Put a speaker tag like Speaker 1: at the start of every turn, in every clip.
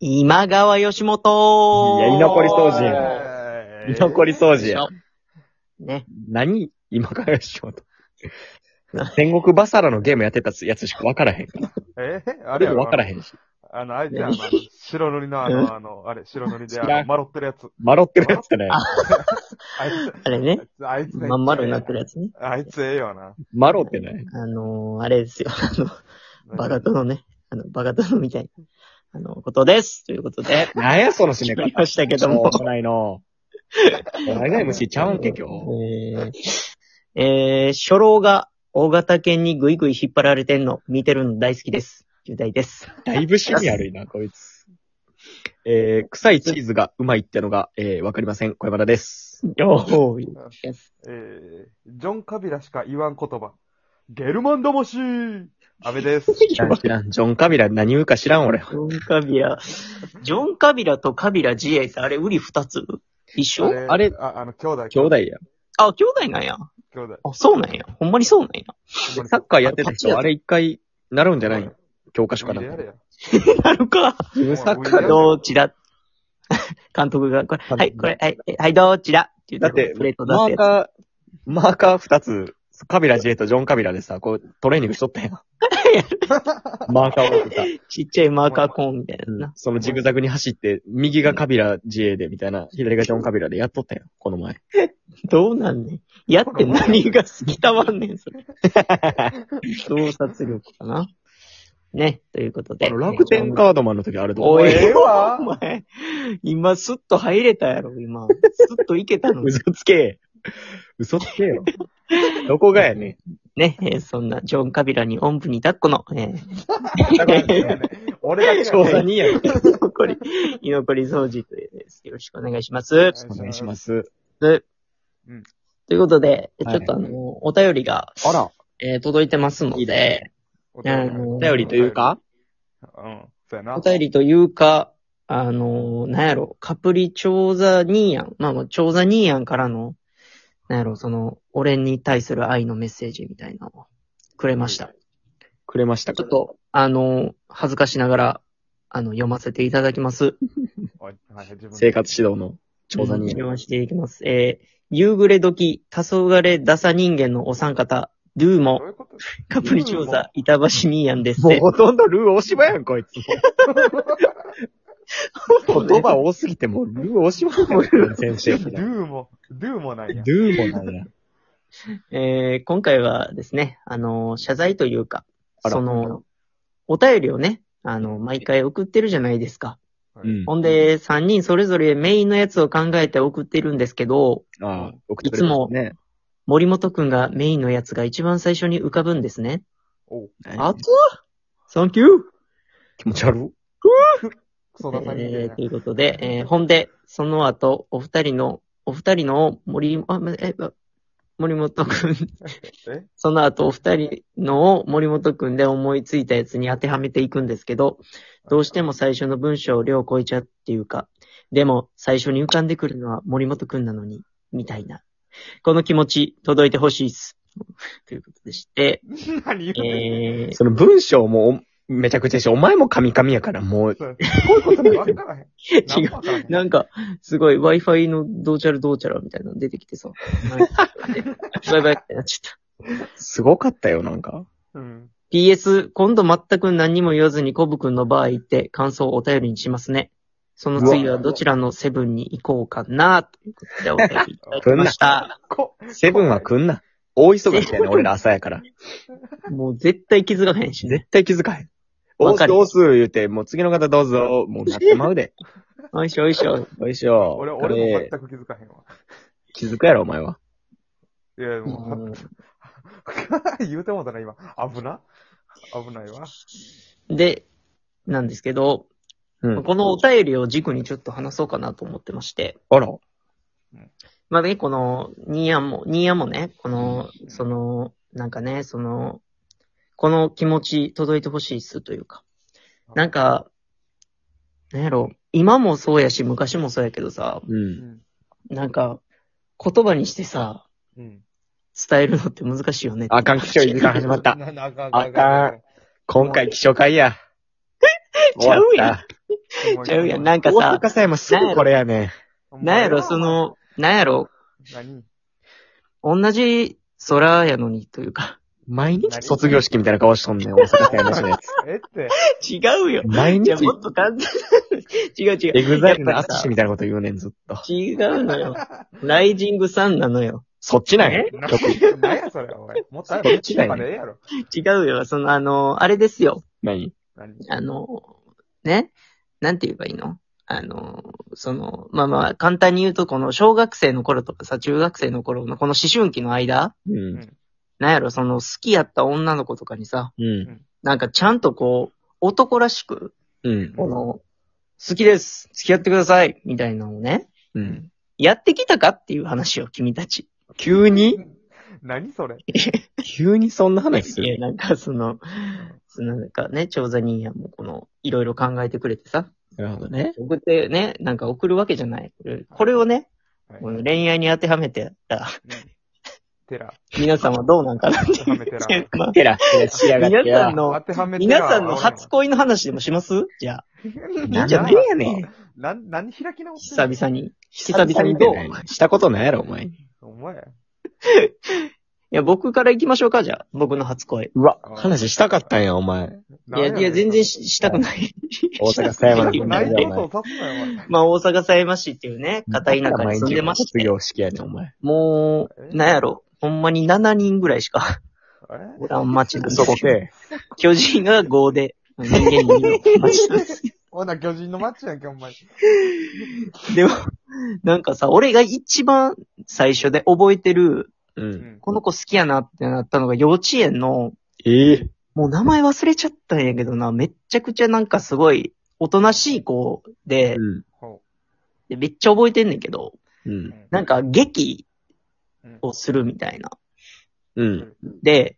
Speaker 1: 今川義元
Speaker 2: いや居残り掃除
Speaker 1: 除
Speaker 2: 居 残り掃除や。
Speaker 1: ね。
Speaker 2: 何今からしようと。戦国バサラのゲームやってたやつしか分からへんから。
Speaker 3: えあ
Speaker 2: あ
Speaker 3: れ
Speaker 2: れ
Speaker 3: や
Speaker 2: 分から
Speaker 3: ん。
Speaker 2: へんし。
Speaker 3: あの、あいつやんあの、白塗りのあの、あの、あれ、白塗りで、あ
Speaker 2: 知ら
Speaker 3: の、
Speaker 2: ん
Speaker 3: まろってるやつ。
Speaker 2: まろってるやつね。
Speaker 3: あいつ、
Speaker 1: あれね。
Speaker 3: あいつね
Speaker 1: まん丸になってるやつね。
Speaker 3: あいつええよな。
Speaker 2: まろってね。
Speaker 1: あのー、あれですよ。 あの、バカ殿ね。あの、バカ殿みたいな、あの、ことです。ということで、
Speaker 2: なんやその締め
Speaker 1: 言い
Speaker 2: 方。
Speaker 1: ましたけど
Speaker 2: も
Speaker 1: も。
Speaker 2: うないの。長い虫ちゃうんけ、今日。
Speaker 1: えー、えー、初老が大型犬にぐいぐい引っ張られてんの、見てるの大好きです。10代です。
Speaker 2: だいぶ趣味悪いな、こいつ。えー、臭いチーズがうまいってのが、えー、わかりません。小山田です。
Speaker 1: よーい。
Speaker 3: えー、ジョン・カビラしか言わん言葉。ゲルマン魂安倍です。
Speaker 2: 知らん、知らん。ジョン・カビラ何言うか知らん、俺。
Speaker 1: ジョン・カビラ。ジョン・カビラとカビラ・ジエイってあれ、売り二つ一緒
Speaker 2: あれ
Speaker 3: あ、あの、兄弟。
Speaker 2: 兄弟や。
Speaker 1: あ、兄弟なんや。
Speaker 3: 兄弟。
Speaker 1: あ、そうなんや。ほんまにそうなんや。
Speaker 3: ほん
Speaker 2: サ
Speaker 3: ま
Speaker 2: ッカーやってた人、あれ一回、なるんじゃないの教科
Speaker 3: に
Speaker 2: 書かな
Speaker 3: 海でやれや
Speaker 1: なるか。
Speaker 2: 自分サッカーの、
Speaker 1: どちら 監督が、これ、はい、これ、はい、はい、どちらって言
Speaker 2: だっ
Speaker 1: って
Speaker 2: て、
Speaker 1: プレート出す
Speaker 2: マー
Speaker 1: やつ。
Speaker 2: カー、マーカー二つ、カビラジエとジョンカビラでさ、こう、トレーニングしとったやん。 マーカーを持ってさ、
Speaker 1: ちっちゃいマーカーコーンみたいな な。
Speaker 2: そのジグザグに走って、右がカビラジエでみたいな、左がジョンカビラでやっとったやん、この前。
Speaker 1: どうなんねん。やって何が好きたまんねん、そ れ。洞察力かな。ね、ということ
Speaker 2: あ
Speaker 1: で。
Speaker 2: の、楽天カードマンの時あれど
Speaker 1: お
Speaker 2: う
Speaker 1: い
Speaker 3: ええわ
Speaker 1: お前、今スッと入れたやろ、今。スッといけたのに。
Speaker 2: 嘘つけ。嘘つけよ。どこがやね
Speaker 1: ね、えーそんなジョン・カビラにおんぶに抱っこの、え
Speaker 3: だからね俺だ
Speaker 2: ん。
Speaker 3: け
Speaker 2: 調
Speaker 3: が
Speaker 2: 査
Speaker 3: ね。
Speaker 2: 人やん。
Speaker 1: ー、 居残り、居残り掃除というです。よろしくお願いします。
Speaker 2: お願いします。
Speaker 1: で
Speaker 3: うん
Speaker 1: ということで、
Speaker 2: はい
Speaker 1: ちょっとあの、お便りが、
Speaker 2: あら、
Speaker 1: えー届いてますの
Speaker 2: いいで
Speaker 1: で、
Speaker 3: お
Speaker 1: あ
Speaker 3: 便り
Speaker 1: の
Speaker 2: お便りというか、
Speaker 3: うん。そうやな。
Speaker 1: お便りというか、あの、なんやろ、カプリチョーザニーヤン、まあまあ、チョーザニーヤンからの、なんやろ、その、俺に対する愛のメッセージみたいなのをくれました。
Speaker 2: くれました
Speaker 1: ちょ
Speaker 2: か
Speaker 1: っと、あの、恥ずかしながら、あの、読ませていただきます。
Speaker 3: はいはい自分で
Speaker 2: 生活指導の調査人
Speaker 1: 読
Speaker 2: や
Speaker 1: ませていきます。えー、夕暮れ時、黄昏ダサ人間のお三方、ドゥー
Speaker 3: ど
Speaker 1: モ
Speaker 3: う、いうこと
Speaker 1: カプリチョーザ、板橋ミーヤンです
Speaker 2: もうほとんどルー大島やん、こいつ。 言葉多すぎてもうルー大島やん、先生。
Speaker 3: ド
Speaker 2: ル
Speaker 3: ゥーも、ドゥーもないや。
Speaker 2: ーもなんや。
Speaker 1: えー今回はですね、あのー謝罪というか、
Speaker 2: あら
Speaker 1: その、お便りをね、あの、毎回送ってるじゃないですか。
Speaker 2: うん。
Speaker 1: ほんで、3人それぞれメインのやつを考えて送ってるんですけど、
Speaker 2: ああ、僕
Speaker 1: いつも
Speaker 2: ね。
Speaker 1: 森本くんがメインのやつが一番最初に浮かぶんですね。
Speaker 3: おう
Speaker 1: あとサンキュー
Speaker 2: 気持ち悪い。
Speaker 3: クソダサい
Speaker 1: え
Speaker 3: ね
Speaker 1: ーということで、えーほんで、その後、お二人の、お二人の森、あ、まえ、あ森本くん、
Speaker 3: え
Speaker 1: その後お二人のを森本くんで思いついたやつに当てはめていくんですけど、どうしても最初の文章を量超えちゃうっていうか、でも最初に浮かんでくるのは森本くんなのに、みたいな。この気持ち届いてほしいっす。ということでして、
Speaker 3: 何言うてんねん
Speaker 1: えー、
Speaker 2: その文章もおめちゃくちゃやし、お前もカミカミやから、もう、
Speaker 3: そうこういうことね、わからへん。
Speaker 1: 違う。
Speaker 3: う
Speaker 1: なんか、すごい Wi-Fi のどうちゃらどうちゃらみたいなの出てきてさ。 バイバイってなっちゃった。
Speaker 2: すごかったよ、なんか。
Speaker 3: うん。
Speaker 1: PS、今度全く何にも言わずにコブくんのバー行って感想をお便りにしますね。その次はどちらのセブンに行こうかな、ということでお便りいただきました。
Speaker 3: こ、
Speaker 2: セブンは来んな。大忙 しやね、俺ら朝やから。
Speaker 1: もう絶対気づかへんしね。
Speaker 2: 絶対気づかへん。
Speaker 1: わ
Speaker 2: お
Speaker 1: か
Speaker 2: す、
Speaker 1: る
Speaker 2: おす、言うて、もう次の方どうぞ、もうなってまう で。
Speaker 1: おいしょおいしょ。
Speaker 2: よいしょ。
Speaker 3: 俺、俺も
Speaker 2: えー
Speaker 3: 全く気づかへんわ。
Speaker 2: 気づくやろ、お前は。
Speaker 3: いや、
Speaker 1: う
Speaker 3: も
Speaker 1: ん
Speaker 3: う、 言うてもうたな、今。危な。危ないわ。
Speaker 1: で、なんですけど、
Speaker 2: うん。
Speaker 1: このお便りを軸にちょっと話そうかなと思ってまして。
Speaker 2: あら。
Speaker 1: まあね、この、ニーヤも、ニーヤもね、この、その、なんかね、その、この気持ち届いてほしいっすというか。なんか、なんやろ、今もそうやし、昔もそうやけどさ、
Speaker 2: う。
Speaker 3: うんん。
Speaker 1: なんか、言葉にしてさ、
Speaker 3: うん。
Speaker 1: 伝えるのって難しいよね。
Speaker 2: あかん、気象時間始まった。
Speaker 3: ななあかん
Speaker 2: あかん今回、気象会や。
Speaker 1: ちゃうやん
Speaker 2: 終わった。
Speaker 1: ちゃうやん。
Speaker 3: な
Speaker 1: なんか
Speaker 2: 大
Speaker 1: さ、
Speaker 2: 阪さえもすぐこれやねん。
Speaker 1: なんやろ、そ、の、なんやろ、
Speaker 3: 何
Speaker 1: 同じ空やのにというか。
Speaker 2: 毎日卒業式みたいな顔しとん ねん、大阪さえもしのやつ。
Speaker 3: えって、
Speaker 1: 違うよ。
Speaker 2: 毎
Speaker 1: じゃ
Speaker 2: 日
Speaker 1: あ、もっと簡単。違う違う。
Speaker 2: エグザイルの
Speaker 1: やっぱり
Speaker 2: 淳
Speaker 1: さ
Speaker 2: みたいなこと言うねん、ずっと。
Speaker 1: 違うのよ。ライジングサンなのよ。
Speaker 2: そっちなんや。
Speaker 3: 何やそれ、おい。もっとあれ、までええやろ。
Speaker 1: 違うよ。その、あの、あれですよ。
Speaker 2: 何
Speaker 3: 何
Speaker 1: あの、ね。なんて言えばいいのあの、その、まあまあ、簡単に言うと、この小学生の頃とかさ、中学生の頃のこの思春期の間、
Speaker 2: うん。
Speaker 1: なんやろ、その好きやった女の子とかにさ、
Speaker 2: うん。
Speaker 1: なんかちゃんとこう、男らしく、
Speaker 2: うん。
Speaker 1: この、好きです付き合ってくださいみたいなのをね、
Speaker 2: うん。
Speaker 1: やってきたかっていう話を君たち。
Speaker 2: 急に
Speaker 3: 何それ
Speaker 2: 急にそんな話す
Speaker 1: い
Speaker 2: る
Speaker 1: や、なんかその、そのなんかね、調査人やもこの、いろいろ考えてくれてさ、
Speaker 2: なるほどね。
Speaker 1: 送ってね、なんか送るわけじゃない。これをね、
Speaker 3: はい
Speaker 1: この恋愛に当てはめてやったら、
Speaker 3: テラ。
Speaker 1: 皆さんはどうなんかなって
Speaker 3: 当て はめテ
Speaker 1: い
Speaker 3: ラ
Speaker 1: う。まあ
Speaker 2: テラテラしやが って
Speaker 1: 皆
Speaker 2: や
Speaker 1: さんの
Speaker 3: 当、てはめテラ。
Speaker 1: 皆さんの初恋の話でもしますじゃあ。いい
Speaker 2: なん
Speaker 1: じゃ
Speaker 2: ん
Speaker 1: な
Speaker 2: で
Speaker 1: い
Speaker 2: やねん。
Speaker 3: なん、何開き直って
Speaker 1: 久
Speaker 3: んの
Speaker 1: 々に。久
Speaker 2: 久々
Speaker 1: 々
Speaker 2: に
Speaker 1: にど
Speaker 2: ど
Speaker 1: う
Speaker 2: う
Speaker 1: い
Speaker 2: したことないやろ、お前。
Speaker 3: お前。
Speaker 1: や、僕から行きましょうか、じゃあ。僕の初恋。
Speaker 2: うわ、話したかったんや、お前。
Speaker 1: いや、いや、全然ししたくない。
Speaker 2: 大阪狭山の
Speaker 1: し
Speaker 2: 時
Speaker 1: たく
Speaker 2: に
Speaker 1: な
Speaker 3: ないい
Speaker 1: よ
Speaker 2: ね
Speaker 3: ことを指すなよ、お前。
Speaker 1: まあ、大阪狭山市っていうね、片田舎に住んでまし
Speaker 2: 卒
Speaker 1: て、
Speaker 2: 業式やねん、お前。
Speaker 1: もう、なんやろ、ほんまに7人ぐらいしかおらん町なんです
Speaker 2: そこで、
Speaker 1: 巨人が5で、人間に2の町なん ですよ。
Speaker 3: ほな、巨人のマッチやんけ、お前。
Speaker 1: でも、なんかさ、俺が一番最初で覚えてる、
Speaker 2: うん。
Speaker 1: この子好きやなってなったのが幼稚園の、
Speaker 2: ええ。
Speaker 1: もう名前忘れちゃったんやけどな、めっちゃくちゃなんかすごい、おとなしい子で、
Speaker 2: うん。
Speaker 3: ほ
Speaker 1: でめっちゃ覚えてんねんけど、
Speaker 2: う
Speaker 3: う。
Speaker 2: ん。
Speaker 1: なんか劇
Speaker 3: うん、
Speaker 1: をするみたいな。
Speaker 2: うん。
Speaker 1: で、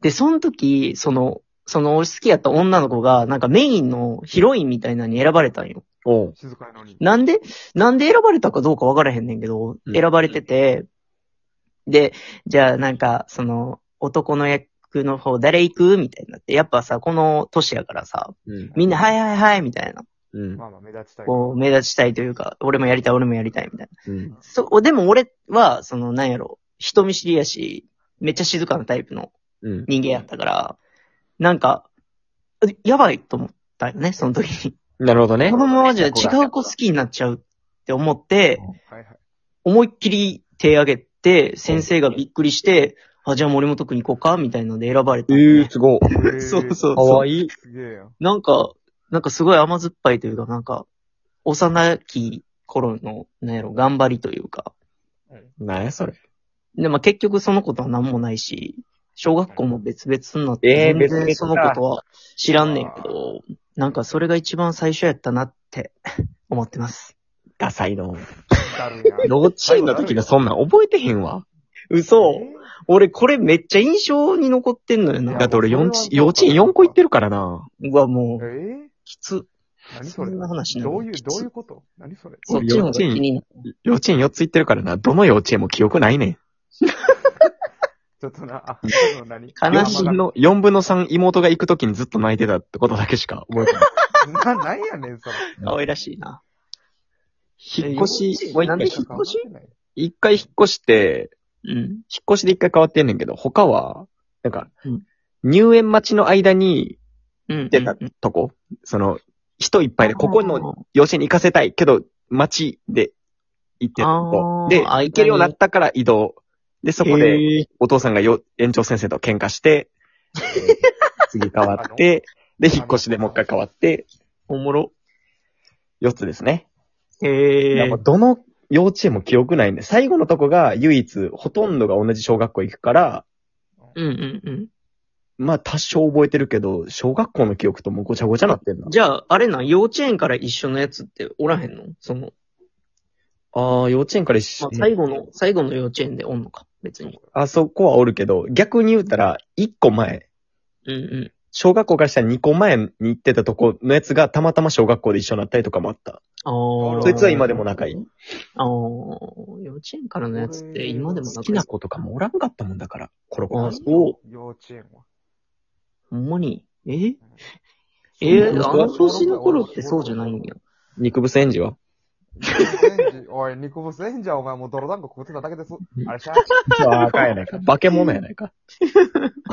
Speaker 1: で、その時、その、その好きやった女の子が、なんかメインのヒロインみたいなのに選ばれたんよ。
Speaker 2: おう。
Speaker 3: 静かやのに。
Speaker 1: なんで、なんで選ばれたかどうかわからへんねんけど、
Speaker 2: うん
Speaker 1: 選ばれてて、で、じゃあなんか、その、男の役の方誰行くみたいになって、やっぱさ、この年やからさ、
Speaker 2: うん。
Speaker 1: みんな、はいはいはい、みたいな。
Speaker 2: うん。
Speaker 3: まあまあ、目立ちたい。
Speaker 1: こう、目立ちたいというか、俺もやりたい、俺もやりたい、みたいな。
Speaker 2: うん。
Speaker 1: そう、でも俺は、その、なんやろ、人見知りやし、めっちゃ静かなタイプの
Speaker 2: うん。
Speaker 1: 人間やったから、なんか、やばいと思ったよね、その時に。
Speaker 2: なるほどね
Speaker 1: こ。のままじゃ違う子好きになっちゃうって思って、
Speaker 3: はいはい。
Speaker 1: 思いっきり手挙げて、先生がびっくりして、あ、じゃあ森本くん行こうかみたいので選ばれた。
Speaker 2: ええ、すごい。
Speaker 3: えー
Speaker 1: そうそう
Speaker 2: か
Speaker 1: そ
Speaker 2: わいい。
Speaker 3: すげえよ。
Speaker 1: う。なんか、なんかすごい甘酸っぱいというか、なんか、幼き頃の、なんやろ、頑張りというか。
Speaker 2: なんや、それ。
Speaker 1: で、まあ結局そのことは何もないし、小学校も別々になって、
Speaker 2: ええ
Speaker 1: 全
Speaker 2: 別々
Speaker 1: 然
Speaker 2: か
Speaker 1: そのことは知らんねんけど、なんかそれが一番最初やったなって 思ってます。
Speaker 2: ダサいの。
Speaker 3: だるいな。
Speaker 2: 幼稚園の時のそんなん覚えてへんわ。
Speaker 1: 嘘俺これめっちゃ印象に残ってんのよ
Speaker 2: だ
Speaker 1: な
Speaker 2: っ。て俺幼稚幼稚園4個行ってるからな。
Speaker 1: うわ、も
Speaker 3: え
Speaker 1: う、
Speaker 3: ー
Speaker 1: きつ。
Speaker 3: 何そ
Speaker 1: そ
Speaker 3: れ
Speaker 1: んな話なの
Speaker 3: どういう、どういうこと何それ
Speaker 1: そっちの方が気になる。
Speaker 2: 幼稚園4つ行ってるからな。どの幼稚園も記憶ないねん。
Speaker 3: ちょっとな、あ、その何
Speaker 1: 悲しい
Speaker 2: 4分の、4分の3妹が行くときにずっと泣いてたってことだけしか覚え てない。
Speaker 3: な、なんやねん、それ。
Speaker 1: 可愛らしいな。
Speaker 2: 引っ越し、もう一
Speaker 1: なん
Speaker 2: 回
Speaker 1: で
Speaker 2: 引っ
Speaker 1: 引っ越し
Speaker 2: 一回引っ越して、
Speaker 1: うん。
Speaker 2: 引っ越しで一回変わってんねんけど、他は、なんか
Speaker 1: うん、
Speaker 2: 入園待ちの間に
Speaker 1: うん。
Speaker 2: 出た
Speaker 1: うん
Speaker 2: とこ、その、人いっぱいで、ここの、幼稚園に行かせたいけど、町で行ってたとこ
Speaker 1: あー
Speaker 2: で、
Speaker 1: 間に
Speaker 2: 行けるようになったから移動。で、そこで、
Speaker 1: へー
Speaker 2: お父さんがよ園長先生と喧嘩して、えー次変わ って、で、引っ越しでもう一回変わって、
Speaker 1: おもろ。
Speaker 2: 4つですね。い
Speaker 1: へ
Speaker 2: や
Speaker 1: え
Speaker 2: もう。どの幼稚園も記憶ないんで、最後のとこが唯一、ほとんどが同じ小学校行くから、
Speaker 1: うんうんうん。
Speaker 2: まあ多少覚えてるけど、小学校の記憶ともうごちゃごちゃなってんな。
Speaker 1: じゃあ、あれなん、幼稚園から一緒のやつっておらへんのその、
Speaker 2: ああ、幼稚園から一緒、
Speaker 1: まあ、最後の、最後の幼稚園でおんのか、別に。
Speaker 2: あそこはおるけど、逆に言うたら、1個前、
Speaker 1: うんうん。
Speaker 2: 小学校からしたら2個前に行ってたとこのやつがたまたま小学校で一緒になったりとかもあった。
Speaker 1: ああ。
Speaker 2: そいつは今でも仲いい。
Speaker 1: ああ、幼稚園からのやつって今でも
Speaker 2: 好
Speaker 1: 仲
Speaker 2: き
Speaker 1: いい
Speaker 2: な。子とかもおらんかったもんだから、コロコ
Speaker 1: あ
Speaker 2: ロ
Speaker 1: あ、。そう。
Speaker 3: 幼稚園は。
Speaker 1: ほんまに。えええ
Speaker 2: うん
Speaker 1: あの年の頃ってそうじゃないんや。
Speaker 2: 肉ぶせンジは
Speaker 3: ニコボスエンジおい、ニコボスエンジはお前もう泥団子食ってただけです。あれしゃあ
Speaker 2: 若いやないか。化け物やないか。
Speaker 3: い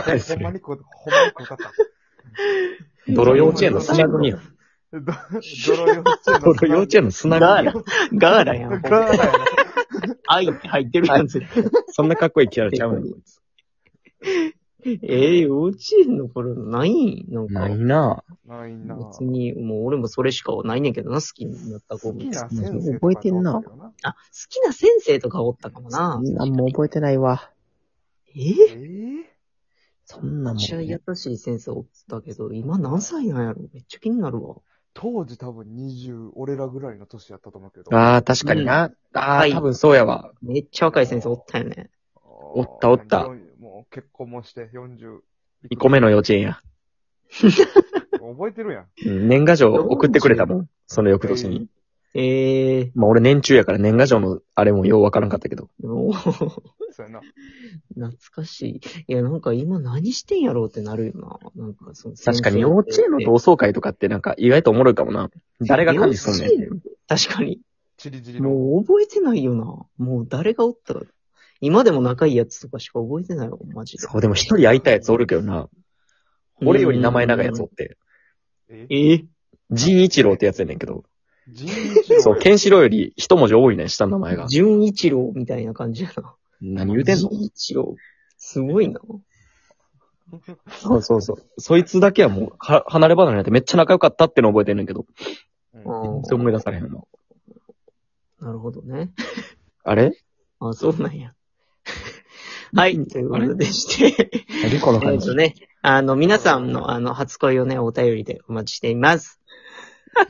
Speaker 3: やほんまに食う、ほんまに食うたった。
Speaker 2: 泥幼稚園の砂組よ。
Speaker 3: ど泥幼稚園の。
Speaker 2: 泥幼稚園の砂
Speaker 1: ガーラ
Speaker 2: 組よ。、
Speaker 1: ガーラやん。ほんま
Speaker 3: ガーラやな
Speaker 1: 愛って入ってるやん、絶対。
Speaker 2: そんなかっこいいキャラちゃうのこいつ。
Speaker 1: ええ幼稚園の頃のないなんか
Speaker 2: な。いなぁ。
Speaker 3: ないなぁ。
Speaker 1: 別に、もう俺もそれしかないねんけどな、好きになった子。
Speaker 3: 好
Speaker 1: 好
Speaker 3: きな
Speaker 1: き
Speaker 3: 先生。
Speaker 4: 覚えてんな。
Speaker 1: あ、好きな先生とかおったかもな。
Speaker 4: なんも覚えてないわ。
Speaker 1: え
Speaker 3: え
Speaker 1: え
Speaker 3: ぇ
Speaker 4: そんなも
Speaker 1: めっ
Speaker 4: ん
Speaker 1: ちゃ優
Speaker 4: ね。
Speaker 1: しい先生おったけど、今何歳なんやろめっちゃ気になるわ。
Speaker 3: 当時多分20、俺らぐらいの年やったと思うけど。
Speaker 2: ああ、確かにな。あ
Speaker 1: は
Speaker 2: あ、
Speaker 1: い
Speaker 2: 多分そうやわ。
Speaker 1: めっちゃ若い先生おったよね。
Speaker 3: お
Speaker 2: ったおった
Speaker 3: もう結婚もして40。
Speaker 2: 1個目の幼稚園や。
Speaker 3: 覚えてるやん。
Speaker 2: うん年賀状送ってくれたもん。その翌年に。
Speaker 1: ええ
Speaker 2: まあ俺年中やから年賀状のあれもようわからんかったけど。
Speaker 1: おー
Speaker 3: そうやな。
Speaker 1: 懐かしい。いや、なんか今何してんやろうってなるよな。なんかその
Speaker 2: 確かに幼稚園の同窓会とかってなんか意外とおもろいかもな。誰が管理すんねんっていう。
Speaker 1: 確かに。
Speaker 3: チリチリの。
Speaker 1: もう覚えてないよな。もう誰がおったか。今でも仲いいやつとかしか覚えてないわ、マジで。
Speaker 2: そう、でも一人会いたやつおるけどな。俺より名前長いやつおって。
Speaker 3: え
Speaker 1: ええ
Speaker 2: 仁一郎ってやつやねんけど。
Speaker 3: 人一郎
Speaker 2: そう、ケンシロウより一文字多いねん、下の名前が。
Speaker 1: 純一郎みたいな感じやな。
Speaker 2: 何言うてんの
Speaker 1: 純一郎。すごいな。
Speaker 2: そうそうそう。そいつだけはもう、は離れ離れになってめっちゃ仲良かったっての覚えてんねんけど。
Speaker 3: うん
Speaker 1: うん
Speaker 2: そう思い出されへんわ。
Speaker 1: なるほどね。
Speaker 2: あれ
Speaker 1: あ、そうなん や。はい、ということでして、
Speaker 2: 何この
Speaker 1: え
Speaker 2: 感
Speaker 1: っ
Speaker 2: じ
Speaker 1: とね、あの、皆さんの、あの、初恋をね、お便りでお待ちしています。